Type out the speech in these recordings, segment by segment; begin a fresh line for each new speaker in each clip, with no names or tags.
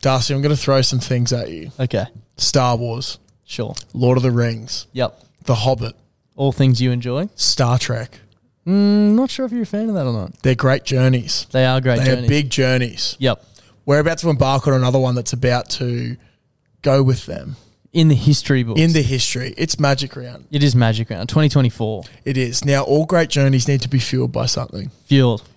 Darcy, I'm going to throw some things at you
Okay,
Star Wars,
sure.
Lord of the Rings,
Yep.
The Hobbit,
All things you enjoy.
Star Trek.
I'm Mm, not sure if you're a fan of that or not.
They're great journeys.
They are great
They
journeys.
are big journeys.
Yep.
We're about to embark on another one that's about to go with them
In the history books.
in the history. It's Magic Round.
it is Magic Round 2024.
It is. Now, all great journeys need to be fueled by something.
Fueled.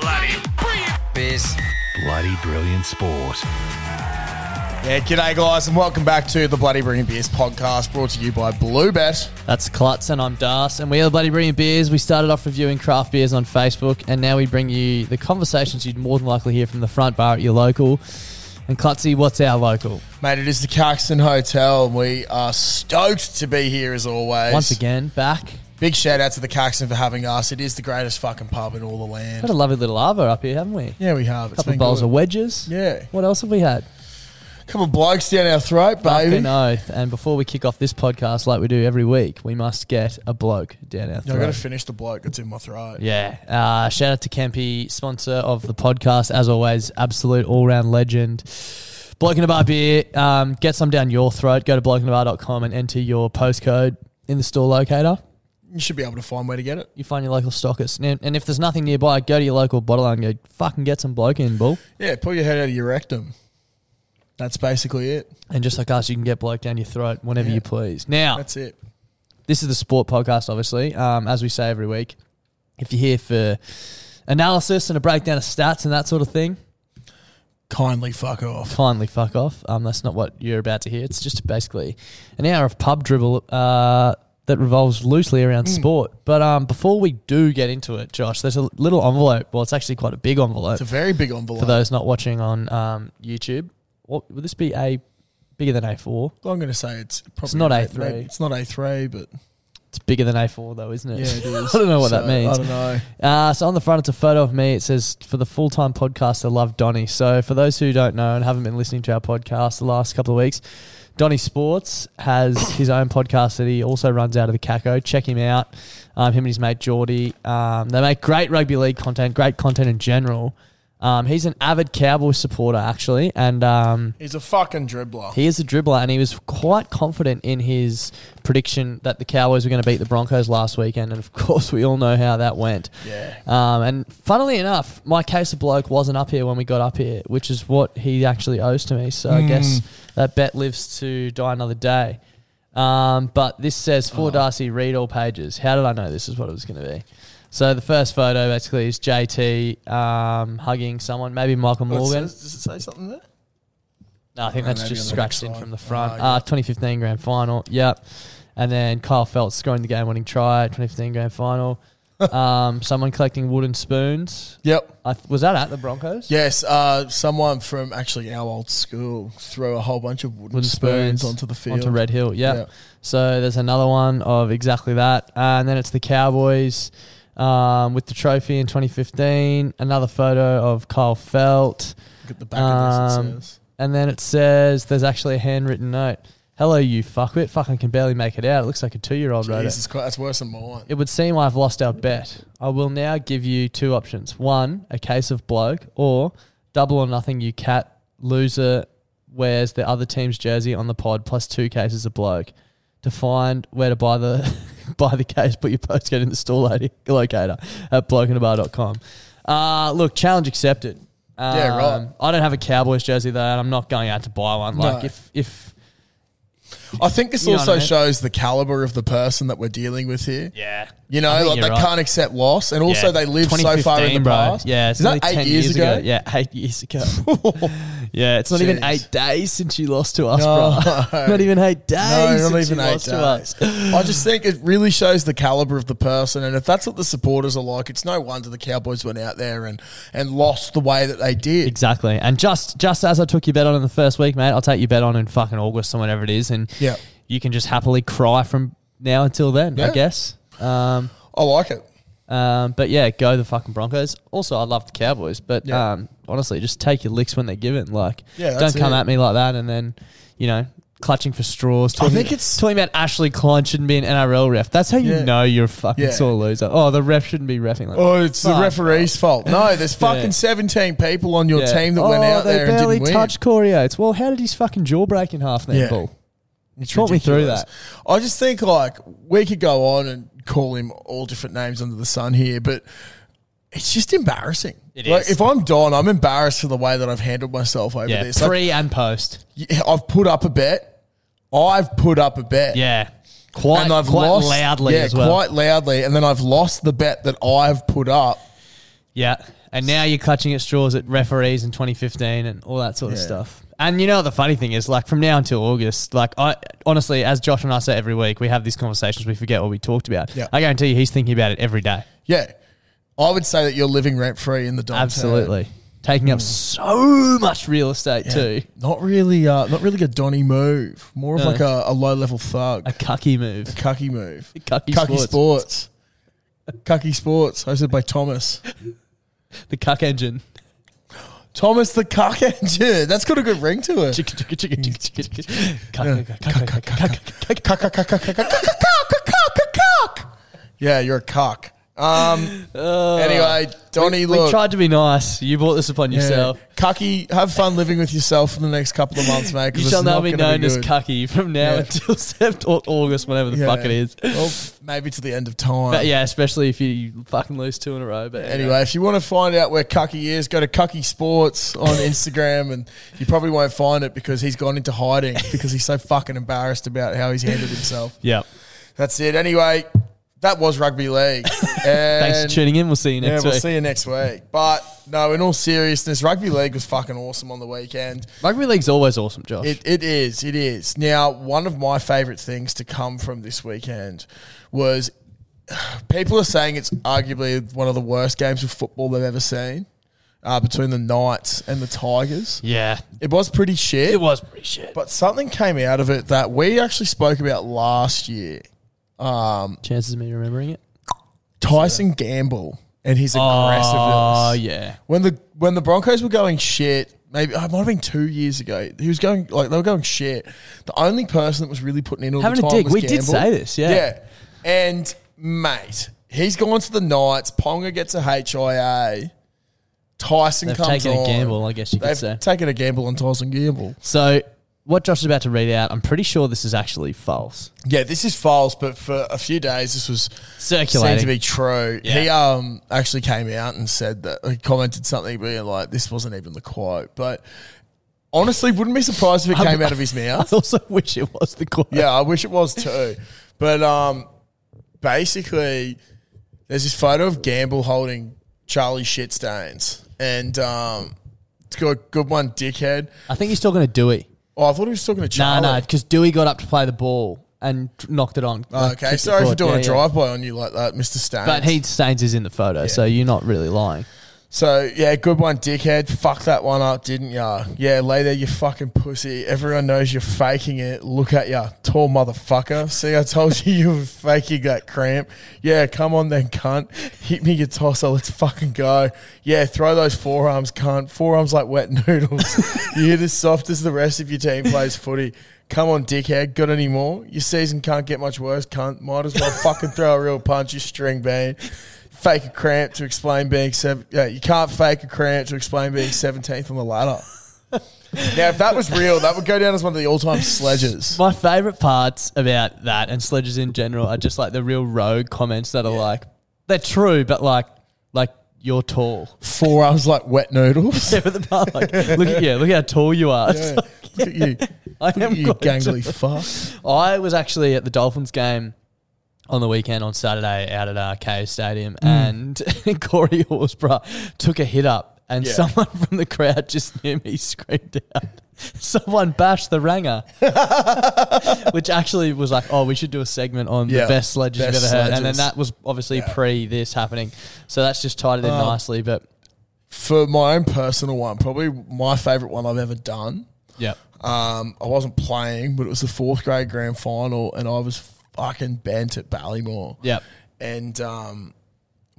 Bloody brilliant.
bloody brilliant sport.
Yeah, g'day guys, and welcome back to the Bloody Brilliant Beers podcast, brought to you by Bluebet.
That's Klutz, and I'm Das, and we are the Bloody Brilliant Beers. We started off reviewing craft beers on Facebook, and now we bring you the conversations you'd more than likely hear from the front bar at your local. And Klutzy, what's our local?
Mate, it is the Caxton Hotel, and we are stoked to be here as always.
Once again, back.
big shout out to the Caxton for having us. It is the greatest fucking pub in all the land.
Got a lovely little arvo up here, haven't we?
yeah, we have. It's
couple
been
bowls
good.
of wedges.
Yeah.
What else have we had?
couple blokes down our throat, baby.
Fucking oath. And before we kick off this podcast like we do every week, we must get a bloke down our
I've got to
throat.
finish the bloke that's in my throat.
Yeah. Uh, shout out to Kempy, sponsor of the podcast, as always, absolute all round legend. Bloke in a Bar beer. Um, get some down your throat. Go to blokeinabar.com and enter your postcode in the store locator.
You should be able to find where to get it.
You find your local stockist. And, and if there's nothing nearby, go to your local bottle and go, fucking get some bloke in, bull.
Yeah, pull your head out of your rectum. That's basically it.
And just like us, you can get bloke down your throat whenever
Yeah.
you please. Now,
That's it.
this is the sport podcast, obviously. Um, as we say every week, if you're here for analysis and a breakdown of stats and that sort of thing,
Kindly fuck off.
kindly fuck off. Um, that's not what you're about to hear. It's just basically an hour of pub dribble uh, that revolves loosely around
Mm.
sport. But um, before we do get into it, Josh, there's a little envelope. Well, it's actually quite a big envelope
It's a very big envelope.
for those not watching on um, YouTube. What, would this be a bigger than A4?
I'm going to say it's probably
not A3.
maybe- It's not A3, but
It's bigger than A4 though, isn't it?
Yeah, it is.
I don't know what that
So,
means.
I don't know.
Uh, so on the front, it's a photo of me. It says, "For the full-time podcast, I love Donny." So for those who don't know and haven't been listening to our podcast the last couple of weeks, Donny Sports has his own podcast that he also runs out of the Caco. Check him out. Um, him and his mate Geordie. Um, they make great rugby league content, great content in general. Um, he's an avid Cowboys supporter actually, and um,
He's a fucking dribbler.
he is a dribbler, and he was quite confident in his prediction that the Cowboys were going to beat the Broncos last weekend. And of course, we all know how that went.
Yeah.
Um, and funnily enough, my case of bloke wasn't up here when we got up here, which is what he actually owes to me. So I guess that bet lives to die another day. Um, but this says
Oh.
for Darcy, read all pages. How did I know this is what it was going to be? So the first photo basically is JT um, hugging someone, maybe Michael
What's
Morgan.
this? Does it say something there?
No, I think
No,
that's
maybe
just
on the next
scratched in
slide.
from the front.
Ah,
uh, 2015 grand final. Yep. And then Kyle Phelps scoring the game winning try, 2015 grand final. um, someone collecting wooden spoons.
Yep.
I th- was that at the Broncos?
Yes, uh, someone from actually our old school threw a whole bunch of wooden,
Wooden
spoons, onto the field.
Onto Red Hill. Yep.
Yeah.
So there's another one of exactly that. Uh, and then it's the Cowboys um, with the trophy in 2015. Another photo of Kyle Felt.
Look at the back of this.
Um,
It says.
And then it says there's actually a handwritten note. Hello, you fuckwit. Fucking can barely make it out. It looks like a two year old wrote it.
Jesus Christ, that's worse than mine.
It would seem I've lost our bet. I will now give you two options. One, a case of bloke, or double or nothing, you cat. Loser wears the other team's jersey on the pod, plus two cases of bloke. To find where to buy the buy the case, put your postcode in the store lo- locator at blokeinabar.com. Uh, look, challenge accepted. Um,
Yeah, right.
I don't have a Cowboys jersey, though, and I'm not going out to buy one. Like,
No.
if, if
I think this
You know what
also
I mean?
shows the caliber of the person that we're dealing with here.
Yeah.
You know,
I think
like
you're
they
right.
can't accept loss, and also
Yeah.
they live so far in
2015,
the
bro.
past.
Yeah, it's
is that
only
eight
10
years, ago?
Yeah, eight years ago. yeah, it's not even
Jeez.
eight days since you lost to us, bro.
No.
not even eight days.
No, not
since
even
you
eight
lost To us.
days. I just think it really shows the caliber of the person, and if that's what the supporters are like, it's no wonder the Cowboys went out there and and lost the way that they did.
Exactly. And just just as I took your bet on in the first week, mate, I'll take your bet on in fucking August or whenever it is, and
Yeah.
you can just happily cry from now until then, I
Yeah.
guess. Um,
I like it.
um, but yeah, go the fucking Broncos. Also, I love the Cowboys, but
Yeah.
um, honestly, just take your licks when they're given. Like,
Yeah,
don't
that's
come
it.
at me like that, and then you know, clutching for straws. Talking,
think it's-
talking about Ashley Klein shouldn't be an NRL ref. That's how you
Yeah.
know you're a fucking
Yeah.
sore loser. Oh, the ref shouldn't be refing. Like,
Oh, it's the
Fuck.
referee's fault. No, there's
Yeah.
fucking 17 people on your
Yeah.
team that went
Oh,
out
they
there and
barely
didn't win.
touched Corey Oates. Well, how did his fucking jaw break in half then,
Yeah.
Bull?
It's
Talk me through
ridiculous. I just think like we could go on and call him all different names under the sun here, but it's just embarrassing.
It
like
is.
if I'm Don, I'm embarrassed for the way that I've handled myself over
Yeah,
this. Like,
pre and post.
yeah, I've put up a bet. I've put up a bet.
Yeah, quite, quite loudly
yeah,
as well.
quite loudly, and then I've lost the bet that I've put up.
Yeah. And now you're clutching at straws at referees in 2015 and all that sort of
Yeah.
stuff. And you know what the funny thing is, like from now until August, like I honestly, as Josh and I say every week, we have these conversations, we forget what we talked about.
Yeah.
I guarantee you, he's thinking about it every day.
Yeah, I would say that you're living rent free in the Don. town.
Absolutely, taking
Hmm.
up so much real estate too.
Not really, uh, not really a Donny move. More of
No.
like a, a low level thug.
A cucky move.
Cucky move.
Cucky Sports.
Sports. Cucky Sports, hosted by Thomas.
The cuck engine.
Thomas the Cuck Engine. That's got a good ring to it.
Chicka, chicka, chicka, chicka, chicka. Cuck, cuck, cuck, cuck, cuck, cuck, cuck.
Cuck, cuck, cuck, cuck, cuck, cuck, cuck, cuck, cuck, cuck. Yeah, you're a cock. Um, anyway, Donny,
Uh, We
look.
tried to be nice. You brought this upon
yeah.
yourself.
Cucky, have fun living with yourself for the next couple of months, mate. 'cause
You
it's
shall now
not
be
gonna
known as
good.
cucky from now
Yeah.
until Sept or August, whatever the
Yeah.
fuck it is.
Well, maybe to the end of time.
But yeah, especially if you fucking lose two in a row. But
Anyway, if you want to find out where Cucky is, go to Cucky Sports on Instagram, and you probably won't find it because he's gone into hiding because he's so fucking embarrassed about how he's handled himself.
yeah.
That's it. Anyway, that was rugby league. And
Thanks for tuning in. We'll see you
Yeah,
next
we'll
week.
see you next week. But no, in all seriousness, rugby league was fucking awesome on the weekend.
Rugby league's always awesome, Josh.
It, it is. It is. Now, one of my favourite things to come from this weekend was people are saying it's arguably one of the worst games of football they've ever seen uh, between the Knights and the Tigers.
yeah,
It was pretty shit.
it was pretty shit.
But something came out of it that we actually spoke about last year. um,
Chances of me remembering it.
Tyson Gamble and his
Oh
aggressiveness.
yeah.
When the when the Broncos were going shit, maybe oh, it might have been two years ago. He was going like they were going shit. The only person that was really putting in all
Having a
the time
dig.
was
We did
Gamble.
say this, yeah.
yeah. And mate, he's gone to the Knights. Ponga gets a HIA. Tyson
They've
comes
taken a
on.
gamble, I guess you could
They've
say.
taken a gamble on Tyson Gamble.
So what Josh is about to read out, I'm pretty sure this is actually false.
Yeah, this is false, but for a few days this was
Circulating.
Seemed to be true. He um actually came out and said that he commented something being like, "This wasn't even the quote," but honestly, wouldn't be surprised if it came out of his
I
mouth.
also wish it was the quote.
yeah, I wish it was too. But um, basically, there's this photo of Gamble holding Charlie Shitstains, and um, it's got a good one, dickhead.
I think he's talking to Dewey.
Oh, I thought he was talking
No,
to Charlie.
no, because Dewey got up to play the ball and knocked it on.
Oh,
Like, kicked
okay,
it
sorry for
forward.
doing
Yeah,
a
yeah.
drive by on you like that, Mister Staines.
But he Staines is in the photo, so you're not really lying.
So yeah, good one, dickhead. Fuck that one up, didn't ya? Yeah, lay there, you fucking pussy. Everyone knows you're faking it. Look at ya, tall motherfucker. See, I told you you were faking that cramp. Yeah, come on then, cunt. Hit me your tosser. Let's fucking go. Yeah, throw those forearms, cunt. Forearms like wet noodles. You're as soft as the rest of your team plays footy. Come on, dickhead. Got any more? Your season can't get much worse, cunt. Might as well fucking throw a real punch, you string bean fake a cramp to explain being seven. Yeah, you can't fake a cramp to explain being seventeenth on the ladder. now, if that was real, that would go down as one of the all-time sledges.
My favourite parts about that and sledges in general are just like the real rogue comments that are like they're true, but like like you're tall.
Forearms like wet noodles.
Yeah, but the part like look at yeah, look how tall you are. It's
Yeah.
like,
Look at you,
I
Look
am
at you
quite
gangly
tall.
fuck.
I was actually at the Dolphins game on the weekend on Saturday out at uh, KO Stadium,
Mm.
and Corey Horsbrough took a hit up, and
Yeah.
someone from the crowd just near me screamed out, "Someone bashed the ranger," which actually was like, "Oh, we should do a segment on
Yeah,
the best sledges you've ever
best
heard," and then
sledges.
that was obviously pre this happening, so that's just tied it in
Oh.
nicely. But
For my own personal one, probably my favourite one I've ever done.
yeah,
Um, I wasn't playing, but it was the fourth grade grand final, and I was fucking bent at Ballymore.
yeah,
and um,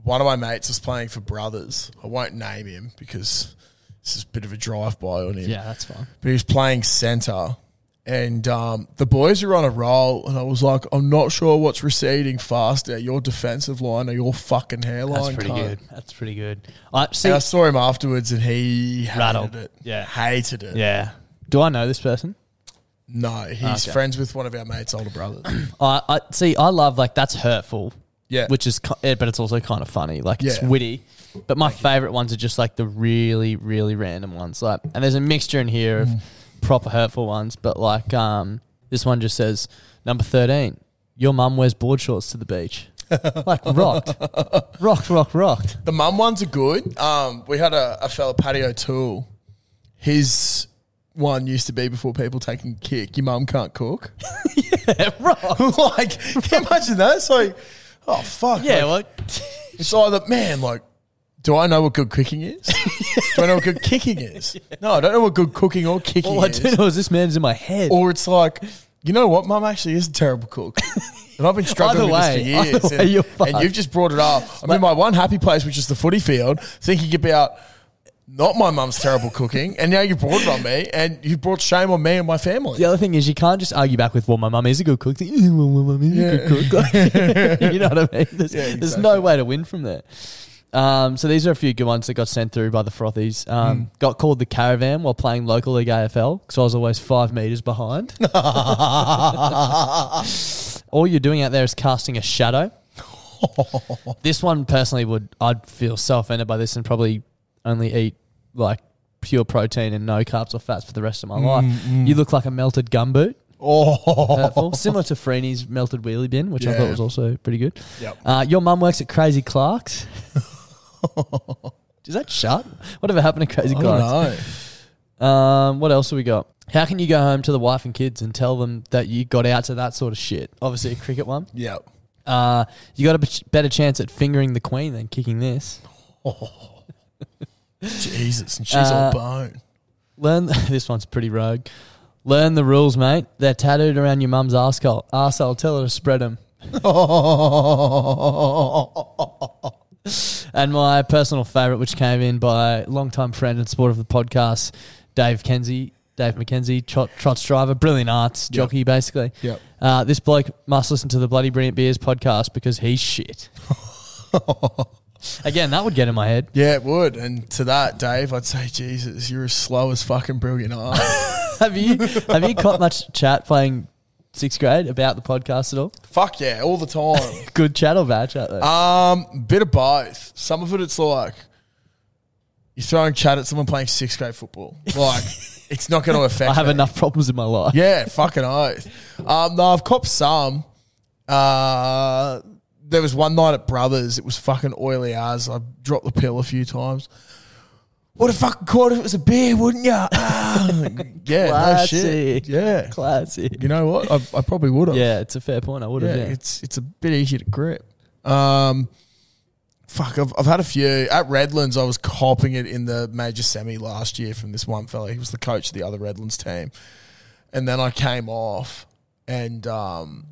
one of my mates was playing for Brothers. I won't name him because this is a bit of a drive by on him.
yeah, that's fine.
But he was playing centre, and um, the boys were on a roll, and I was like, I'm not sure what's receding faster, your defensive line or your fucking hairline.
That's pretty
cunt."
good. That's pretty good. I see.
And I saw him afterwards, and he hated
Rattled.
it.
Yeah.
hated it.
yeah. Do I know this person?
No, he's friends with one of our mates' older brothers.
I, I see. I love like that's hurtful.
Yeah.
which is, ki- eh, but it's also kind of funny. Like it's
Yeah.
witty. But my favorite ones are just like the really, really random ones. Like, and there's a mixture in here
Mm.
of proper hurtful ones. But like, um, this one just says number thirteen. Your mum wears board shorts to the beach. like rocked, rocked, rocked, rocked.
The mum ones are good. Um, we had a, a fella Paddy O'Toole. His one used to be before people taking kick. Your mum can't cook. like, can you imagine that? It's like, oh fuck.
Yeah,
Like,
well,
it's either man. Like, do I know what good cooking is? do I know what good kicking is? No, I don't know what good cooking or kicking
all I
is.
do know is this man's in my head.
Or it's like, you know what? Mum actually is a terrible cook. And I've been struggling
Either way,
with this
either way,
for years. and,
you're
and
fucked.
you've just brought it up. I mean, my one happy place, which is the footy field, thinking about not my mum's terrible cooking. And now you brought it on me and you brought shame on me and my family.
The other thing is you can't just argue back with, well, my mum is a good cook. Well, my mum is a good cook. Like, you know what I mean? There's, there's no way to win from there. Um, so these are a few good ones that got sent through by the frothies. Um, Got called the caravan while playing local league AFL because I was always five meters behind. All you're doing out there is casting a shadow. this one personally would I'd feel so offended by this and probably only eat like pure protein and no carbs or fats for the rest of
Mm,
my life. You look like a melted gumboot. Hurtful. Similar to Freeney's melted wheelie bin, which I
Oh. Yeah.
thought was also pretty good.
Yep.
Uh, your mum works at Crazy Clark's. Is that shut? Whatever happened to Crazy
I don't
Clark's?
know.
Um, what else have we got? How can you go home to the wife and kids and tell them that you got out to that sort of shit? Obviously, a cricket one.
Yeah.
Uh, you got a bet- better chance at fingering the queen than kicking this.
Jesus. And she's
Uh,
all bone.
Learn this one's pretty rogue. Learn the rules, mate. They're tattooed around your mum's arsehole. Arsehole, tell her to spread them. and my personal favourite, which came in by longtime friend and support of the podcast, Dave Kenzie, Dave McKenzie, trot, trots driver, brilliant arts jockey, basically.
Yep.
Uh, this bloke must listen to the bloody Brilliant Beers podcast because he's shit. Again, that would get in my head.
Yeah, it would. And to that, Dave, I'd say, Jesus, you're as slow as fucking brilliant art.
Have you have you caught much chat playing sixth grade about the podcast at all?
Fuck yeah, all the time.
Good chat or bad chat though?
Um, bit of both. Some of it, it's like you're throwing chat at someone playing sixth grade football. Like it's not going to affect.
I have
me.
enough problems in my life.
Yeah, fucking oath. Um, no, I've copped some. Uh, there was one night at Brothers. It was fucking oily as. I dropped the pill a few times. What a fucking caught if it was a beer, wouldn't you? yeah, no shit.
Classic.
Yeah,
Classic.
you know what? I, I probably would have.
Yeah, it's a fair point. I would have.
Yeah, it's it's a bit easier to grip. Um, fuck, I've, I've had a few at Redlands. I was copping it in the major semi last year from this one fella. He was the coach of the other Redlands team, and then I came off, and um,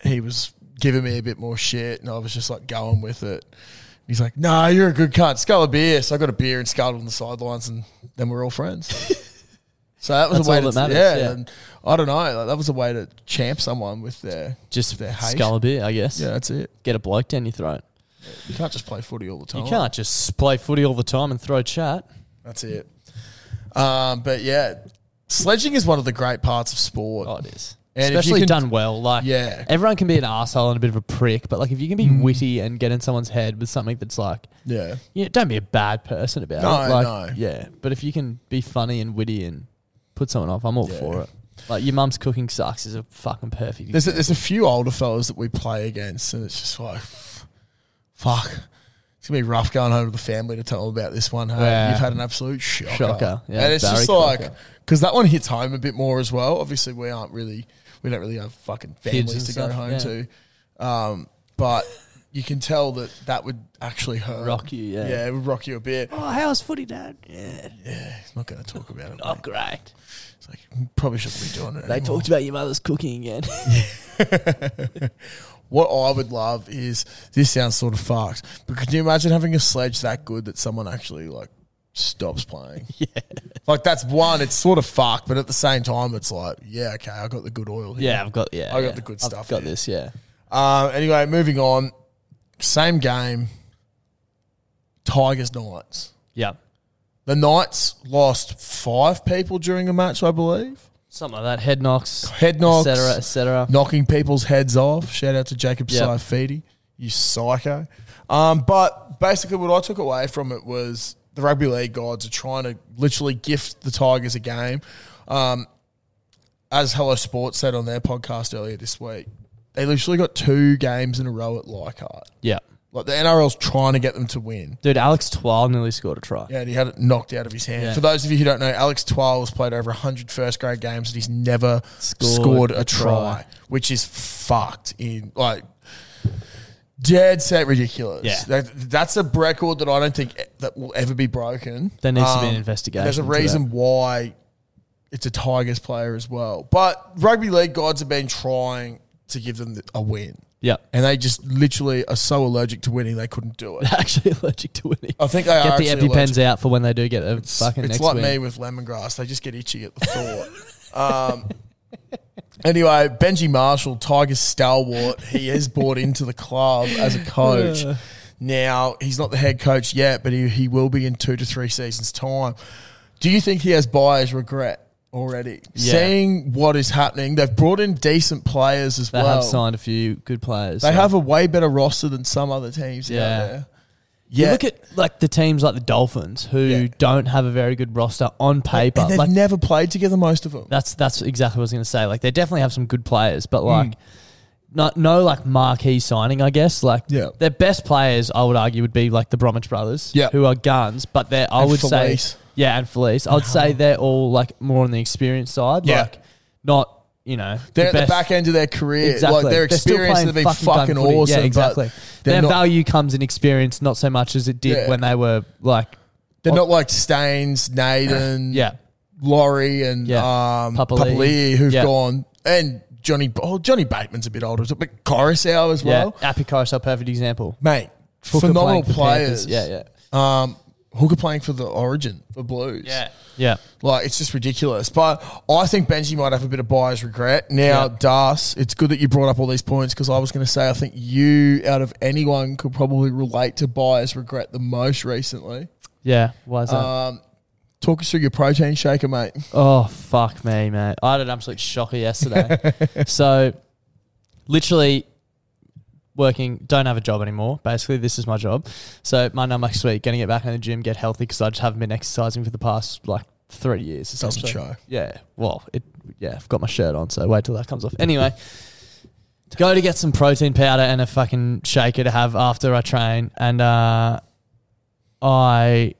he was giving me a bit more shit, and I was just like going with it. He's like, "Nah, you're a good cunt. Scull a beer." So I got a beer and sculled on the sidelines, and then we're all friends. so that was
That's
a way
all
to
that matters,
yeah.
yeah.
And I don't know. Like, that was a way to champ someone with their
Just
their hate.
skull a beer, I guess.
Yeah, that's it.
Get a bloke down your throat.
You can't just play footy all the time.
You can't just play footy all the time and throw chat.
That's it. Um, but yeah, sledging is one of the great parts of sport.
Oh, it is.
And if you
Especially
can-
done well. Like
Yeah. Mm.
everyone can be an asshole and a bit of a prick, but like if you can be witty and get in someone's head with something that's like
Yeah.
Yeah, don't be a bad person about
No,
it. Like,
no.
Yeah, but if you can be funny and witty and put someone off, I'm all
Yeah.
for it. Like your mum's cooking sucks is a fucking perfect.
There's a, there's a few older fellas that we play against, and it's just like, fuck. It's gonna be rough going home to the family to tell them about this one. Hey,
Yeah.
you've had an absolute shocker,
Shocker, yeah,
and it's just
Barry
like
Crocker.
because that one hits home a bit more as well. Obviously, we aren't really, we don't really have fucking
Kids
families to
and stuff,
go home
yeah.
to, um, but you can tell that that would actually hurt,
Rock you, yeah.
yeah, it would rock you a bit.
oh, how's footy, Dad? Yeah,
He's not going to talk about it.
oh,
mate.
great.
It's like "You probably shouldn't be doing it.
They
anymore."
talked about your mother's cooking again.
What I would love is this sounds sort of fucked, but could you imagine having a sledge that good that someone actually like stops playing? Yeah, like that's one. It's sort of fucked, but at the same time, it's like yeah, okay, I got the good oil. Here.
yeah, I've got yeah.
I got
yeah.
the good
I've
stuff
Got
here.
this, yeah.
Um, anyway, moving on. Same game. Tigers Knights.
Yeah,
The Knights lost five people during a match, I believe.
something like that. Head knocks,
Head knocks.
etc., etc.
knocking people's heads off. Shout out to Jacob
Yep.
Saifidi, you psycho. Um, but basically, what I took away from it was the rugby league gods are trying to literally gift the Tigers a game. Um, as Hello Sports said on their podcast earlier this week, they literally got two games in a row at Leichhardt.
Yeah,
Like the NRL's trying to get them to win.
dude, Alex Twile nearly scored a try.
Yeah, and he had it knocked out of his hand.
Yeah.
For those of you who don't know, Alex Twile has played over 100 first grade games and he's never
Scored
scored,
a
a, try,
try.
which is fucked in like dead set ridiculous.
Yeah.
That- that's a record that I don't think e- that will ever be broken. Um,
There needs to be an investigation
There's a
to
reason
that.
why it's a Tigers player as well. But rugby league gods have been trying to give them a win.
Yeah,
And they just literally are so allergic to winning they couldn't do it.
actually allergic to winning.
I think they
Get
are
the
actually allergic
EpiPens out for when they do get a fucking
it's
next
like
win.
me with lemongrass. They just get itchy at the thought. um, anyway, Benji Marshall, Tigers stalwart, he is bought into the club as a coach. Now, he's not the head coach yet, but he, he will be in two to three seasons' time. Do you think he has buyer's regret already?
Yeah.
Seeing what is happening, they've brought in decent players as
They
well.
have signed a few good players.
They
so-
have a way better roster than some other teams
Yeah.
out there.
You
Yeah,
look at like the teams like the Dolphins who
Yeah.
don't have a very good roster on paper.
and they've
like
never played together, most of them.
that's that's exactly what I was going to say. Like they definitely have some good players,
Mm.
but like not no like marquee signing, I guess. Like
Yeah.
their best players, I would argue, would be like the Bromwich brothers,
Yeah.
who are guns. But they're I
And
would
Felice.
say yeah, and Felice. I would say they're all like more on the experienced side,
Yeah.
like not you know
They're at the
best-
back end of their career.
Exactly.
Like their
They're still
experience
playing
has been
gun
fucking
footy.
awesome.
Yeah, exactly.
But they're
Their
not,
value comes in experience, not so much as it did
Yeah.
when they were like,
they're not like Staines, Naden,
yeah,
Laurie, and
Yeah.
um,
Papali'i.
Papali'i who've
Yeah.
gone and Johnny. Oh, Johnny Bateman's a bit older, but Coruscant as
Yeah,
well,
Appy Coruscant, perfect example.
mate.
Hooker
phenomenal
playing for
players.
Panthers. Yeah, yeah.
Um, Hooker playing for the Origin for Blues.
Yeah.
Like it's just ridiculous. But I think Benji might have a bit of buyer's regret. Now,
Yeah.
Das, it's good that you brought up all these points because I was going to say I think you, out of anyone, could probably relate to buyer's regret the most recently.
Yeah. Why is that?
Uh, Talk us through your protein shaker, mate.
Oh fuck me, man! I had an absolute shocker yesterday. so, literally working, don't have a job anymore. Basically, this is my job. So my number next week, gonna get back in the gym, get healthy because I just haven't been exercising for the past like three years. essentially.
show.
Yeah. Well, it. Yeah, I've got my shirt on, so wait till that comes off. Anyway. Go to get some protein powder and a fucking shaker to have after I train. And uh, I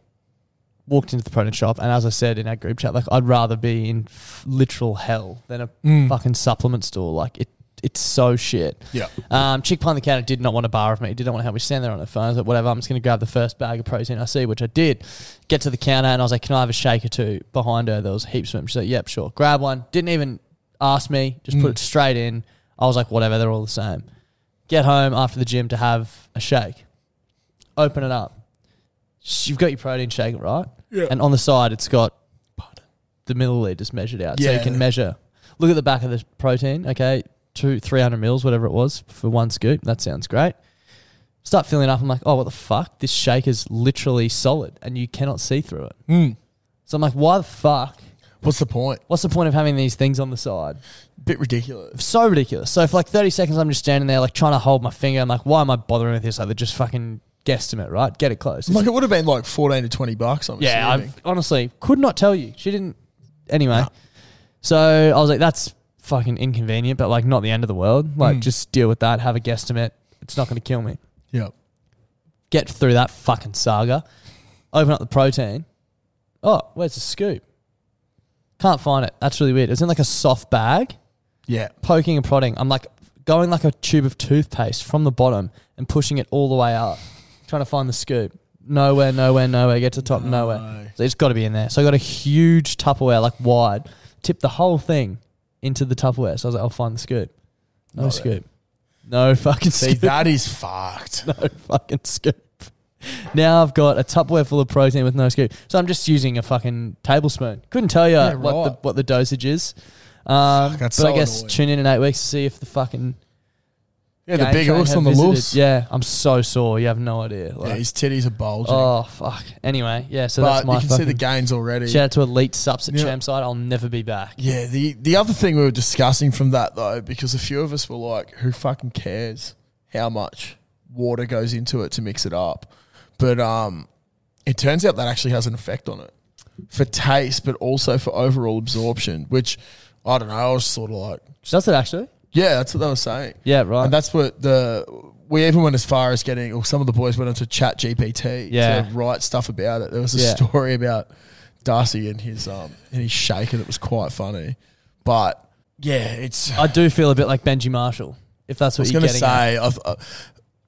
walked into the protein shop, and as I said in our group chat, like I'd rather be in f- literal hell than a fucking supplement store. Like it, it's so shit.
Yeah.
Um, chick behind the counter did not want a bar of me. Did not want to help me stand there on the phone. I was like, whatever. I'm just going to grab the first bag of protein I see, which I did. Get to the counter, and I was like, can I have a shake or two? Behind her, there was heaps of them. She's like, yep, sure. Grab one. Didn't even ask me. Just put it straight in. I was like, whatever. They're all the same. Get home after the gym to have a shake. Open it up you've got your protein shake, right?
Yeah.
And on the side, it's got the milliliters measured out, so
Yeah.
you can measure. Look at the back of the protein, okay? Two, three hundred mils, whatever it was, for one scoop. That sounds great. Start filling up. I'm like, oh, what the fuck? This shake is literally solid, and you cannot see through it.
Hmm.
So I'm like, why the fuck?
What's the point?
What's the point of having these things on the side?
Bit ridiculous.
so ridiculous. So for like 30 seconds, I'm just standing there, like trying to hold my finger. I'm like, why am I bothering with this? Like, they're just fucking guesstimate, right? Get it close. It's
Like it would have been like fourteen to twenty bucks. I'm
yeah, I
assuming.
honestly could not tell you. She didn't. Anyway, so I was like, that's fucking inconvenient, but like not the end of the world. Like, just deal with that. Have a guesstimate. It's not going to kill me.
yeah.
Get through that fucking saga. Open up the protein. Oh, where's the scoop? Can't find it. That's really weird. It's in like a soft bag,
Yeah.
poking and prodding. I'm like going like a tube of toothpaste from the bottom and pushing it all the way up, trying to find the scoop. Nowhere, nowhere, nowhere. Get to the top, nowhere. So it's got to be in there. So I got a huge Tupperware, like wide, tipped the whole thing into the Tupperware. So I was like, I'll find the scoop. No scoop. No fucking
See,
scoop.
that is fucked.
No fucking scoop. Now I've got a Tupperware full of protein with no scoop. So I'm just using a fucking tablespoon. Couldn't tell you
Yeah,
what the
right.
what the dosage is. Um, but
that's
I
so
guess
annoying.
tune in in eight weeks to see if the fucking
Yeah, the
game
big
train
horse
had
on the
visited.
loose.
Yeah, I'm so sore. You have no idea.
Yeah,
Like,
his titties are bulging.
oh fuck. Anyway, yeah. So
but
that's my
you can see the
fucking-
gains already.
Shout out to Elite Subs at
Yeah.
Chamside. I'll never be back.
Yeah, the the other thing we were discussing from that though, because a few of us were like, "Who fucking cares how much water goes into it to mix it up?" But um, it turns out that actually has an effect on it for taste, but also for overall absorption. Which I don't know. I was sort of like,
Does it actually?
"Yeah, that's what they were saying."
Yeah, right.
and that's what the we even went as far as getting, or some of the boys went onto Chat GPT
Yeah.
to write stuff about it. There was a
Yeah.
story about Darcy and his um and his shaker that was quite funny, but yeah, it's. I
I do feel a bit like Benji Marshall, if that's what
was
you're
going to
getting. at.
say, I've, uh,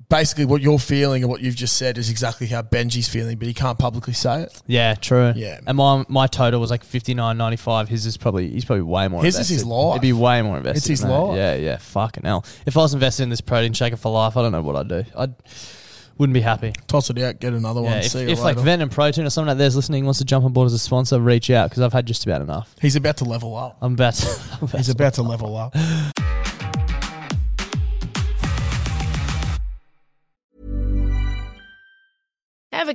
basically, what you're feeling and what you've just said is exactly how Benji's feeling, but he can't publicly say it.
Yeah, true.
Yeah.
And my my total was like fifty nine ninety five. His is probably he's probably way more.
His is
invested.
his life.
It'd be way more invested.
It's his
mate.
life.
Yeah, yeah. Fucking hell. If I was invested in this protein shaker for life, I don't know what I'd do. I wouldn't be happy.
Toss it out, get another
Yeah,
one.
if
see you
if like
later.
Venom Protein or someone out there's listening wants to jump on board as a sponsor, reach out because I've had just about enough.
He's about to level up.
I'm about to. I'm about
He's
to-
about to level up.
Ever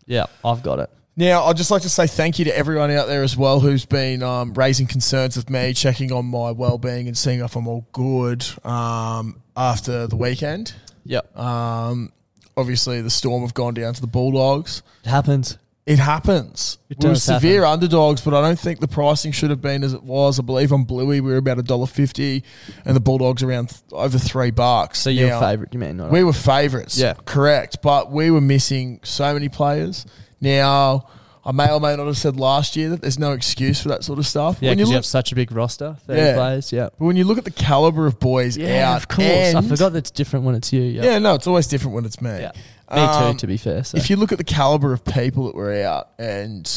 Yeah, I've got it.
Now, I'd just like to say thank you to everyone out there as well who's been um, raising concerns with me, checking on my well-being, and seeing if I'm all good um, after the weekend.
Yep.
Um, obviously, the storm have gone down to the Bulldogs.
it happens.
It happens.
It
we were
does happen.
severe underdogs, but I don't think the pricing should have been as it was. I believe on Bluey we were about a dollar fifty, and the Bulldogs around th- over three bucks.
So you're
Now,
a favourite, you mean? Not
we were favourites.
Yeah.
Correct. But we were missing so many players. Now, I may or may not have said last year that there's no excuse for that sort of stuff.
yeah,
When
because you,
look-
have such a big roster. 30
Yeah.
players, yeah.
but when you look at the calibre of boys
Yeah,
out,
of course. I
and-
forgot that's different when it's you. Yeah.
Yeah, no, it's always different when it's me.
Yeah. Me
Um,
too, to be fair. So.
If you look at the caliber of people that were out and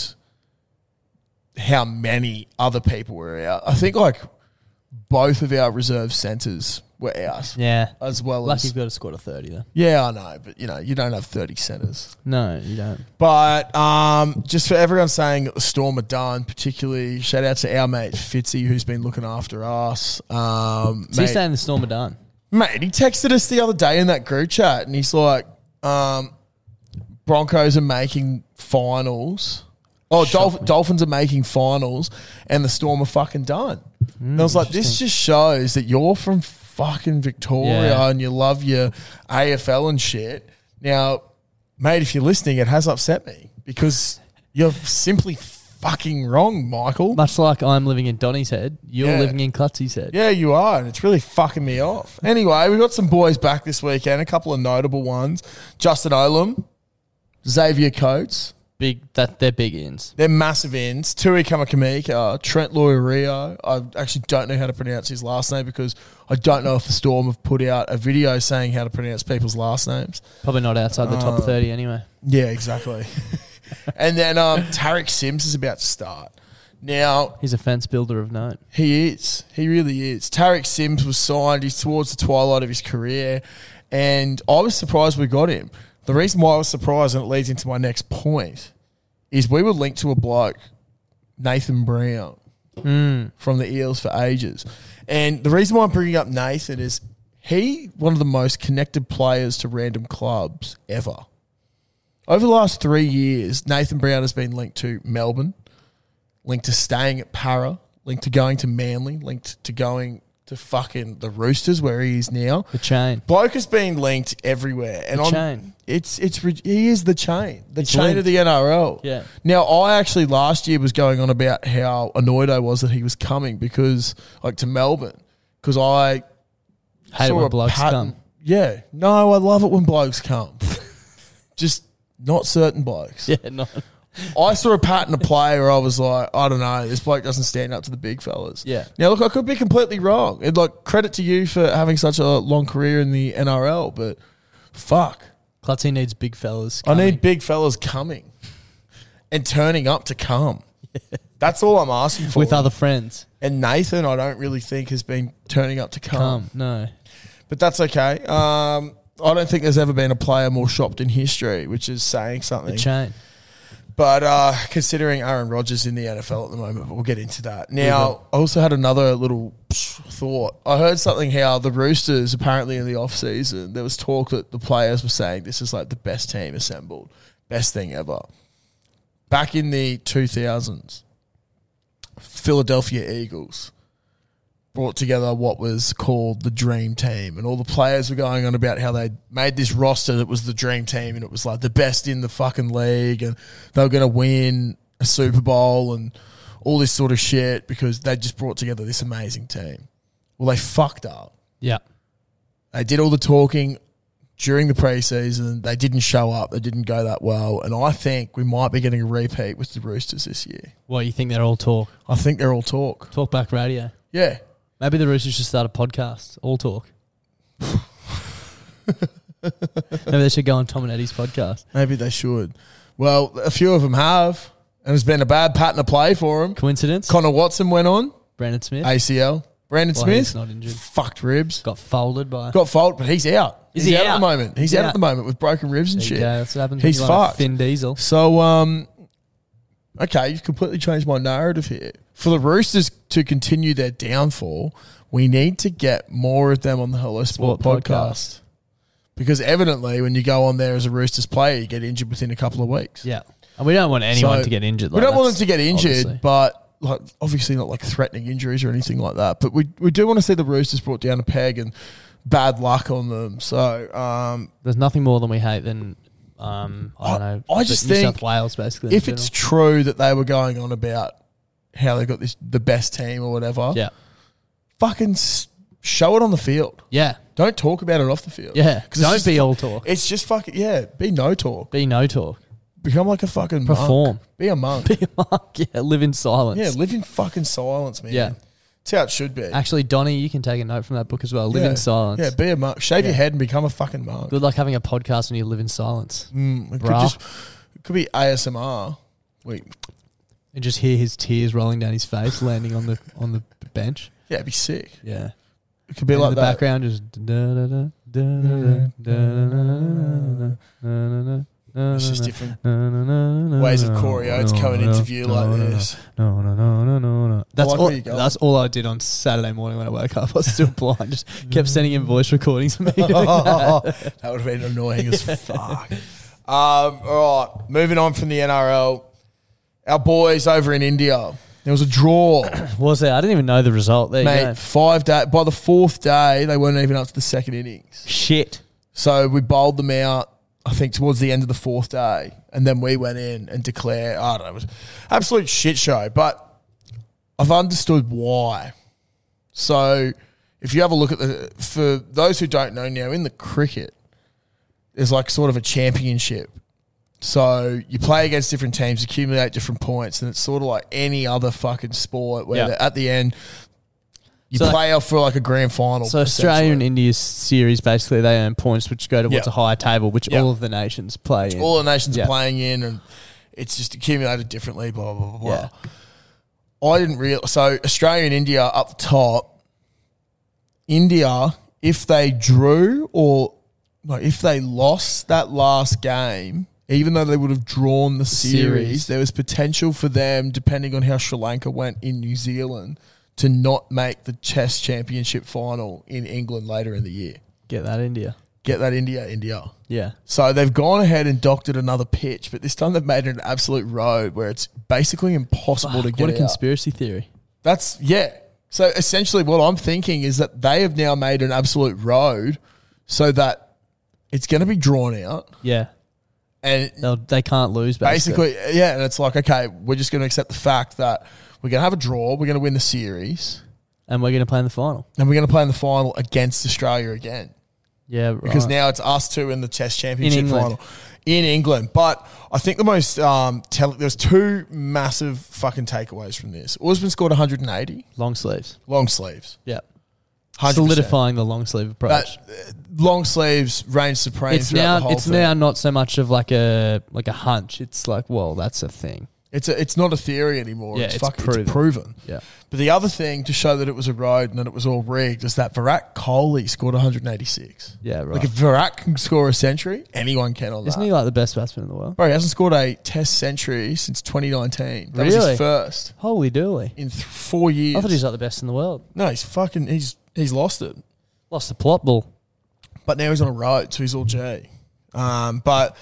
how many other people were out, I think like both of our reserve centres were out
yeah.
as well
Lucky you've
as
got a squad of 30 then.
yeah, I know, but you know you don't have thirty centres.
No, you don't.
But um, just for everyone saying that the Storm are done, particularly shout out to our mate Fitzy who's been looking after us. Um,
So you're
mate,
saying the Storm are done?
Mate, he texted us the other day in that group chat, and he's like, um, "Broncos are making finals. Oh, Dolph- Dolphins are making finals, and the Storm are fucking done." and I was like, "This just shows that you're from fucking Victoria
Yeah.
and you love your AFL and shit." Now, mate, if you're listening, it has upset me because you're simply fucking wrong, Michael.
Much like I'm living in Donny's head, you're
Yeah.
living in Clutzy's head.
Yeah, you are, and it's really fucking me off. Anyway, we got some boys back this weekend, a couple of notable ones. Justin Olam, Xavier Coates.
Big that they're big ins.
They're massive ends. Tui Kamakamika, Trent Lorio. I actually don't know how to pronounce his last name because I don't know if the Storm have put out a video saying how to pronounce people's last names.
Probably not outside the
Oh.
top 30 anyway.
Yeah, exactly. and then um, Tarek Sims is about to start. Now,
He's a fence builder of note.
He is. He really is. Tarek Sims was signed. He's towards the twilight of his career. And I was surprised we got him. The reason why I was surprised, and it leads into my next point, is we were linked to a bloke, Nathan Brown, from the Eels for ages. And the reason why I'm bringing up Nathan is he one of the most connected players to random clubs ever. Over the last three years, Nathan Brown has been linked to Melbourne, linked to staying at Para, linked to going to Manly, linked to going to fucking the Roosters where he is now.
The chain.
Bloke has been linked everywhere, and
The
I'm-
chain.
It's it's rid- he is the chain, the
He's
chain of
linked.
the NRL.
Yeah.
Now I actually last year was going on about how annoyed I was that he was coming because like to Melbourne because I
Hate it
saw
when
a
blokes
pattern-
come.
Yeah, no, I love it when blokes come. Just not certain blokes.
Yeah, no.
I saw a pattern of play where I was like, I don't know, this bloke doesn't stand up to the big fellas.
Yeah.
Now look, I could be completely wrong. And like credit to you for having such a long career in the NRL, but fuck,
Clutzy needs big fellas.
I
coming.
need big fellas coming and turning up to come. That's all I'm asking for.
with other friends.
and Nathan, I don't really think has been turning up to
Come, no.
but that's okay. Um, I don't think there's ever been a player more shopped in history, which is saying something.
Chain.
But uh, considering Aaron Rodgers in the NFL at the moment, but we'll get into that. Now, I also had another little thought. I heard something how the Roosters, apparently in the offseason, there was talk that the players were saying this is like the best team assembled, best thing ever. Back in the 2000s, Philadelphia Eagles brought together what was called the dream team and all the players were going on about how they made this roster that was the dream team and it was like the best in the fucking league and they were going to win a super bowl and all this sort of shit because they just brought together this amazing team well they fucked up
Yeah.
they did all the talking during the preseason they didn't show up they didn't go that well and i think we might be getting a repeat with the roosters this year
Well, you think they're all talk.
i think they're all talk
Talk back radio.
yeah
Maybe the Roosters should start a podcast. All talk. Maybe they should go on Tom and Eddie's podcast.
Maybe they should. Well, a few of them have, and it's been a bad pattern of play for them.
Coincidence?
Connor Watson went on
Brandon Smith
ACL. Brandon
Well,
Smith
he's not injured.
Fucked ribs.
got folded by.
Got fault, but he's out.
Is
he's
he
out, at
out?
the moment. He's
He's
out
out.
at the moment with broken ribs and
There you
shit.
go, that's what happens. when
He's
you line up
fucked.
Vin Diesel.
So, um, okay, you've completely changed my narrative here. For the Roosters to continue their downfall, we need to get more of them on the Hello Sport,
Sport
podcast.
podcast.
Because evidently, when you go on there as a Roosters player, you get injured within a couple of weeks.
Yeah, and we don't want anyone
So,
to get injured.
we
like,
don't want them
that's
to get injured,
obviously-
but like obviously not like threatening injuries or anything like that. But we we do want to see the Roosters brought down a peg and bad luck on them. So um,
There's nothing more than we hate than um, I don't know.
I just
New
think
South Wales basically. in
if it's true that they were going on about how they got this the best team or whatever,
general.
fucking s- show it on the field.
yeah,
Don't talk about it off the field.
yeah, yeah,
'Cause it's
don't
just-
be all talk.
It's just fucking yeah. Be no talk.
Be no talk.
Become like a fucking monk.
Perform.
Be a monk.
Be like, yeah, live in silence.
yeah, live in fucking silence, man.
Yeah.
That's how it should be.
Actually, Donnie, you can take a note from that book as well. Live
Yeah.
in silence.
Yeah, be a monk. Shave your head and become a fucking monk.
Good luck having a podcast when you live in silence
It Mm, could
Bruh.
just it could be ASMR. Wait,
and just hear his tears rolling down his face, landing on the on the bench.
yeah, it'd be sick.
Yeah,
It could be
And
like
in the
that.
background, just da da da da da da da da.
It's just different
different
ways of Corey Oates coming into view like this.
No, no, no, no, no, no. That's
like
all.
where you're going.
That's all I did on Saturday morning when I woke up. I was still blind. Just kept sending him voice recordings of me doing that.
that would have been annoying as fuck. Um, all right, moving on from the NRL. Our boys over in India. There was a draw,
Was there? I didn't even know the result. There you go.
mate. Five day by the fourth day, they weren't even up to the second innings.
Shit.
So we bowled them out. I think towards the end of the fourth day, and then we went in and declared. I don't know, it was absolute shit show. But I've understood why. So if you have a look at the, for those who don't know now, in the cricket, there's like sort of a championship. So you play against different teams, accumulate different points, and it's sort of like any other fucking sport where
Yeah.
the- at the end you
So-
play off for like a grand final.
So Australia and India's series basically they earn points which go towards
Yeah.
a higher table, which
Yeah.
all of the nations play in.
all the nations
Yeah.
are playing in, and it's just accumulated differently. Blah blah blah. blah.
Yeah.
I didn't realize. So Australia and India up the top. India, if they drew or no, if they lost that last game, even though they would have drawn the series,
Series.
there was potential for them, depending on how Sri Lanka went in New Zealand, to not make the chess championship final in England later in the year.
Get that India.
Get that India, India.
Yeah.
So they've gone ahead and doctored another pitch, but this time they've made it an absolute road where it's basically impossible to
Fuck,
get
what a
out.
conspiracy theory.
That's yeah. So essentially, what I'm thinking is that they have now made an absolute road, so that it's going to be drawn out,
Yeah.
and
They'll, they can't lose basically.
basically, yeah, and it's like okay, we're just going to accept the fact that we're going to have a draw, we're going to win the series,
And we're gonna play in the final.
and we're going to play in the final against Australia again.
Yeah, right.
because now it's us two in the Test Championship
In England.
final in England. But I think the most um, tell- there's two massive fucking takeaways from this. Usman scored 180
long sleeves.
long sleeves,
Yeah.
100%.
Solidifying the long sleeve
But,
approach.
uh, long sleeves reign supreme.
it's
throughout the
now
whole
it's
thing.
now not so much of like a like a hunch. It's like, well, that's a thing.
It's a, it's not a theory anymore.
Yeah,
it's,
it's
fuck,
proven.
it's proven.
Yeah.
But the other thing to show that it was a road and that it was all rigged is that Virat Kohli scored 186.
Yeah, right.
Like if Virat can score a century, anyone can on that.
Isn't he like the best batsman in the world?
Bro, he hasn't scored a test century since 2019. That was
Really?
his first
Holy dooly.
in th- four years.
I thought he was like the best in the world.
no, he's fucking, he's he's lost it.
Lost the plot ball.
But now he's on a road, so he's all G. Um, but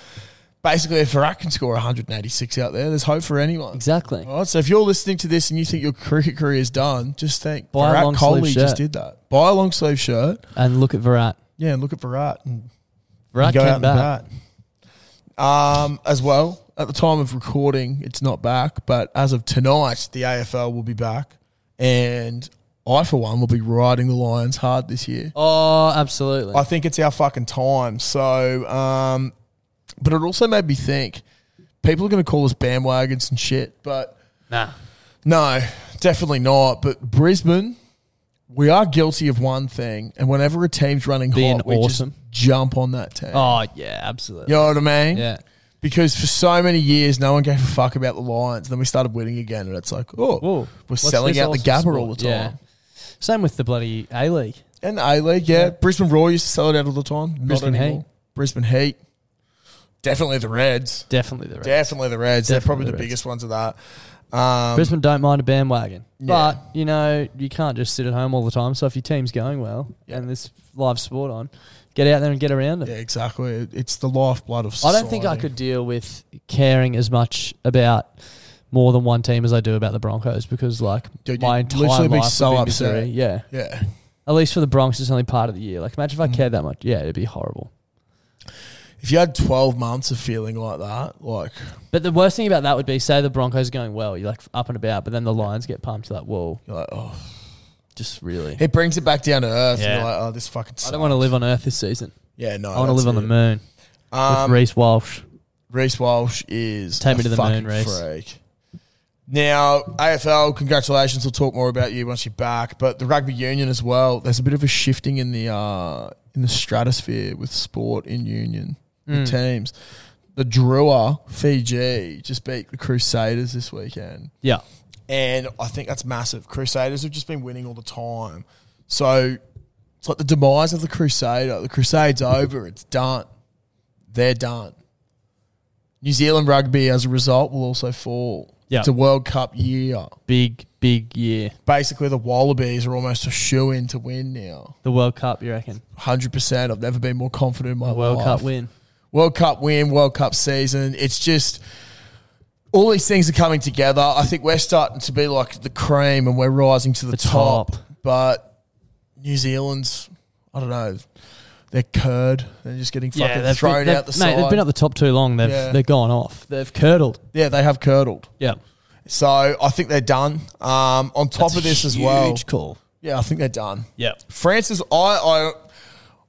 basically, if Iraq can score 186 out there, there's hope for anyone.
Exactly.
All right, so if you're listening to this and you think your cricket career is done, just think
Buy a
Virat
long sleeve
Kohli just
shirt.
did that. Buy a long sleeve shirt.
And look at Virat.
Yeah, and look at Virat and
Virat
go
came
out and
back.
bat. Um, as well, at the time of recording, it's not back, but as of tonight, the AFL will be back, and I, for one, will be riding the Lions hard this year.
Oh, absolutely.
I think it's our fucking time. So, um, but it also made me think. People are going to call us bandwagons and shit, but
nah.
no, definitely not. But Brisbane, we are guilty of one thing, and whenever a team's running
Being
hot, we
awesome.
just jump on that team.
Oh, yeah, absolutely.
You know what I mean?
Yeah.
because for so many years, no one gave a fuck about the Lions. Then we started winning again, and it's like,
Whoa,
oh, we're
what's
selling
this
out the
awesome
Gabba
sport?
all the time.
Yeah. Same with the bloody A League.
And A League, yeah. Brisbane Roar used to sell it out all the time. Not
Brisbane
anymore.
Heat.
Brisbane Heat. Definitely the Reds.
Definitely the Reds.
Definitely the Reds. They're
Definitely
probably the,
the Reds.
biggest ones of that. Um,
Brisbane don't mind a bandwagon, but you know you can't just sit at home all the time. So if your team's going well and there's live sport on, get out there and get around it.
yeah, exactly. It- It's the lifeblood of.
I
Society.
don't think I could deal with caring as much about more than one team as I do about the Broncos because like
Dude,
my
you'd
entire
literally be
life
so
would be
upset.
misery. Yeah,
Yeah,
at least for the Bronx, it's only part of the year. Like imagine if
Mm.
I cared that much. Yeah, it'd be horrible.
if you had twelve months of feeling like that, like
But the worst thing about that would be say the Broncos are going well, you're like up and about, but then the Lions get pumped to that wall.
you're like, oh,
Just really,
it brings it back down to earth. and
Yeah.
You're like, oh, this fucking.
I
Sucks.
don't want to live on Earth this season.
Yeah, no.
I want to live on the moon
Um,
with Reese Walsh.
Reese Walsh is
Take me
a
to the moon,
fucking
Reece.
Freak. Now, AFL, congratulations. We'll talk more about you once you're back. But the rugby union as well. There's a bit of a shifting in the uh, in the stratosphere with sport in union with
Hmm.
teams. The Drua Fiji just beat the Crusaders this weekend,
Yeah,
and I think that's massive. Crusaders have just been winning all the time, so it's like the demise of the Crusader. The Crusade's over. It's done. They're done. New Zealand rugby, as a result, will also fall.
Yeah.
It's a World Cup year.
big big year.
Basically, the Wallabies are almost a shoe in to win now.
The World Cup, you reckon?
100%. I've never been more confident in my
World
life.
Cup win.
World Cup win, World Cup season. It's just all these things are coming together. I think we're starting to be like the cream and we're rising to the,
The
top.
top.
But New Zealand's, I don't know, they're curd. They're just getting fucking
they've
thrown
been-
out the
they've-
side.
Mate, they've been at the top too long. They've
Yeah.
they've gone off. They've curdled.
yeah, they have curdled.
Yeah.
So I think they're done. Um, on top of this as well,
Huge call.
yeah, I think they're done.
Yeah.
France is I, I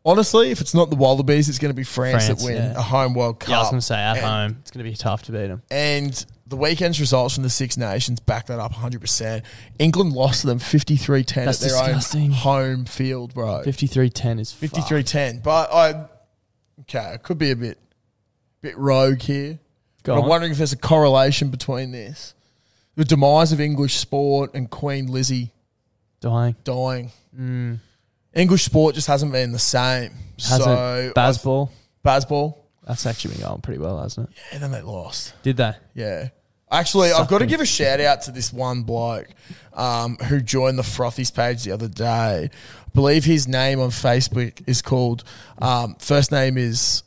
honestly, if it's not the Wallabies, it's going to be France,
France,
that win
yeah.
a home World Cup.
Yeah, I was gonna say at
And-
home, it's gonna be tough to beat them.
And the weekend's results from the Six Nations back that up 100%. England lost to them 53 10 at
That's
their
disgusting.
own home field, bro.
53-10 is
53 10. But I, okay, I could be a bit, bit rogue here.
Go
but I'm
on.
wondering if there's a correlation between this the demise of English sport and Queen Lizzie
dying.
dying.
Hmm.
English sport just hasn't been the same.
Hasn't
so I-
Basball.
baseball,
That's actually been going pretty well, hasn't it?
and then they lost.
Did they?
Yeah. Actually, I've got to
Suckers.
give a shout out to this one bloke um, who joined the Frothies page the other day. I believe his name on Facebook is called, um, first name is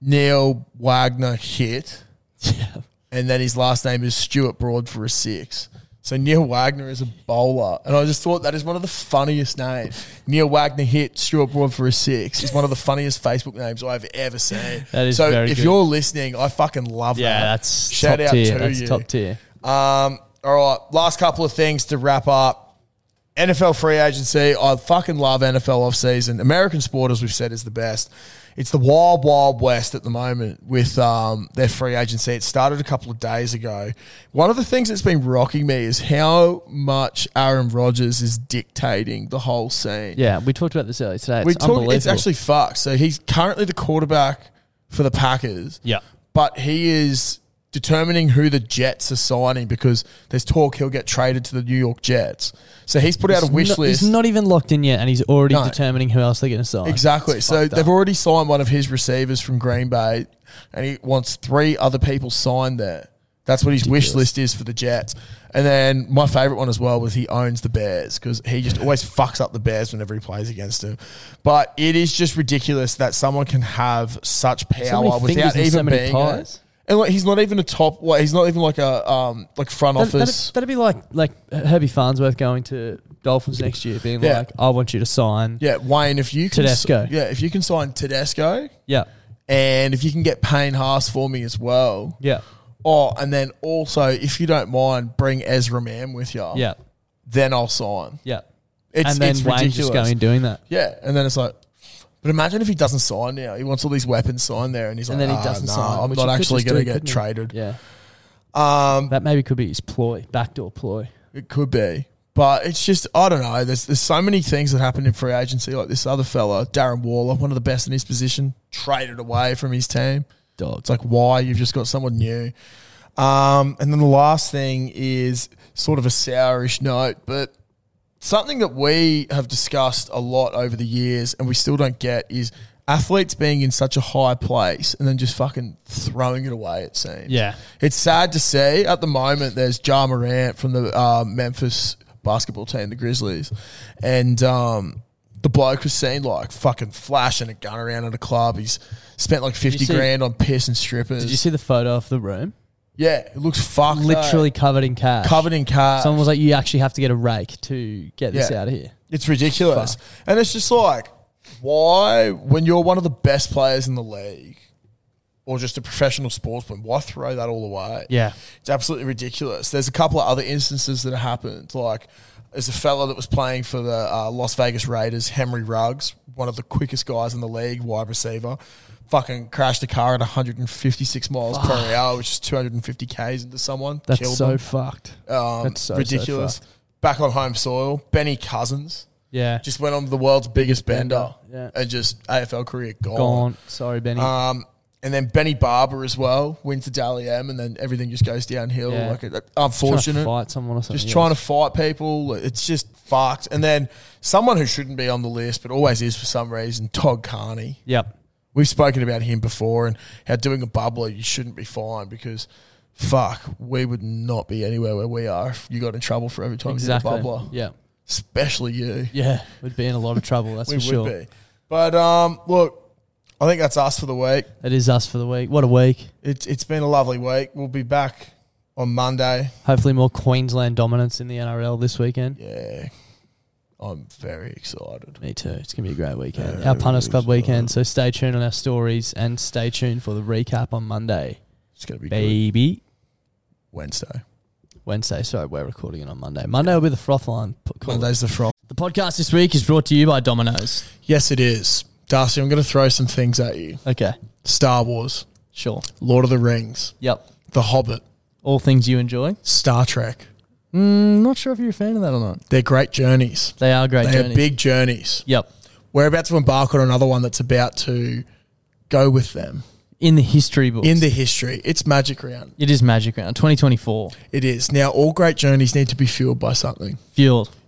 Neil Wagner Hit,
Yeah.
and then his last name is Stuart Broad for a six. So Neil Wagner is a bowler. And I just thought that is one of the funniest names. Neil Wagner Hit, Stuart Broad for a six is one of the funniest Facebook names I've ever seen.
That is
so
very
if
good.
you're listening, I fucking love that.
Yeah, that's top tier. That's top tier.
Um, all right, last couple of things to wrap up. NFL free agency. I fucking love NFL offseason. American sport, as we've said, is the best. It's the wild, wild west at the moment with um, their free agency. It started a couple of days ago. One of the things that's been rocking me is how much Aaron Rodgers is dictating the whole scene.
Yeah, we talked about this earlier today. It's
we talk,
unbelievable.
it's actually fucked. So he's currently the quarterback for the Packers
yeah.
but he is determining who the Jets are signing because there's talk he'll get traded to the New York Jets. So he's put out a wish
He's not-
list.
He's not even locked in yet, and he's already
No.
determining who else they're going to sign.
exactly.
It's
So
fucked
they've
up.
already signed one of his receivers from Green Bay, and he wants three other people signed there. That's what his wish list is for the Jets. And then my favorite one as well was he owns the Bears because he just always fucks up the Bears whenever he plays against them. But it is just ridiculous that someone can have such power
fingers
without
and
even
so many
being.
pies.
And like he's not even a top. Like, he's not even like a um like front
That- That'd,
office.
that'd be like like Herbie Farnsworth going to Dolphins next year, being
Yeah.
like, "I want you to sign."
yeah, Wayne. If you can, s-
Tedesco.
yeah, if you can sign Tedesco,
yeah,
and if you can get Payne Haas for me as well.
yeah,
Oh, and then also if you don't mind, bring Ezra Man with you.
yeah.
Then I'll sign.
yeah.
It's
and then
it's
Wayne
ridiculous.
just going and doing that,
yeah, and then it's like. But imagine if he doesn't sign now. He wants all these weapons signed there, and he's
and
like,
then he
"Ah,
doesn't
nah,
sign.
I'm
which
not
he could
actually
just
going
do,
to get
couldn't he?
traded.
Yeah,
Um,
that maybe could be his ploy, backdoor ploy.
It could be. But it's just I don't know. There's there's so many things that happened in free agency. Like this other fella, Darren Waller, one of the best in his position, traded away from his team.
Dog.
It's like why you've just got someone new. Um, and then the last thing is sort of a sourish note, but something that we have discussed a lot over the years and we still don't get is athletes being in such a high place and then just fucking throwing it away, it seems.
Yeah.
It's sad to see. At the moment, there's Ja Morant from the uh, Memphis basketball team, the Grizzlies, and um, the bloke was seen like fucking flashing a gun around at a club. He's spent like fifty
see-
grand on piss and strippers.
Did you see the photo of the room?
Yeah, it looks fucked. eh?
Literally covered in cash.
covered in cash.
Someone was like, "You actually have to get a rake to get this
Yeah.
out of here."
It's ridiculous. And it's just like, why, when you're one of the best players in the league or just a professional sportsman, why throw that all away?
Yeah.
It's absolutely ridiculous. There's a couple of other instances that have happened. Like, there's a fella that was playing for the uh, Las Vegas Raiders, Henry Ruggs, one of the quickest guys in the league, wide receiver. Fucking crashed a car at 156 miles per hour, which is 250 Ks into someone.
That's
killed
so
them.
fucked.
Um,
That's so, so
ridiculous.
fucked.
Back on home soil, Benny Cousins
Yeah.
just went on the world's biggest bender,
bender, yeah.
and just AFL career gone.
gone. Uh, Sorry, Benny.
Um, and then Benny Barber as well wins the Daly M, and then everything just goes downhill.
Yeah.
Like it-
Trying to
unfortunate,
fight someone or something.
just
yeah.
trying to fight people. It's just fucked. And then someone who shouldn't be on the list but always is for some reason, Todd Carney.
Yep.
We've spoken about him before and how doing a bubbler you shouldn't be fined because. Fuck, we would not be anywhere where we are if you got in trouble for every time
Exactly.
you did a bubbler.
Yeah.
Especially you.
Yeah. We'd be in a lot of trouble. That's
we
for
would
sure.
be. But um, look, I think that's us for the week.
That is us for the week. What a week.
It's it's been a lovely week. We'll be back on Monday.
Hopefully, more Queensland dominance in the NRL this weekend.
Yeah, I'm very excited.
Me too. It's going to be a great weekend. our Punters Club weekend. So stay tuned on our stories and stay tuned for the recap on Monday,
It's gonna be good.
baby.
Wednesday.
Wednesday. Sorry, we're recording it on Monday. Monday will be the froth line. p- call.
Monday's the froth.
The podcast this week is brought to you by Domino's.
Yes, it is. Darcy, I'm gonna throw some things at you.
Okay,
Star Wars,
sure.
Lord of the Rings,
Yep.
The Hobbit,
All things you enjoy.
Star Trek.
I'm not sure if you're a fan of that or not.
They're great journeys.
They are great
They
journeys.
are big journeys.
Yep.
We're about to embark on another one that's about to go with them
In the history books.
in the history. It's Magic Round.
it is Magic Round 2024.
It is. Now, all great journeys need to be fueled by something.
Fueled.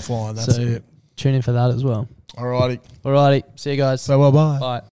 Fine, that's
so
it.
tune in for that as well.
Alrighty.
Alrighty, see you guys.
So well bye.
Bye.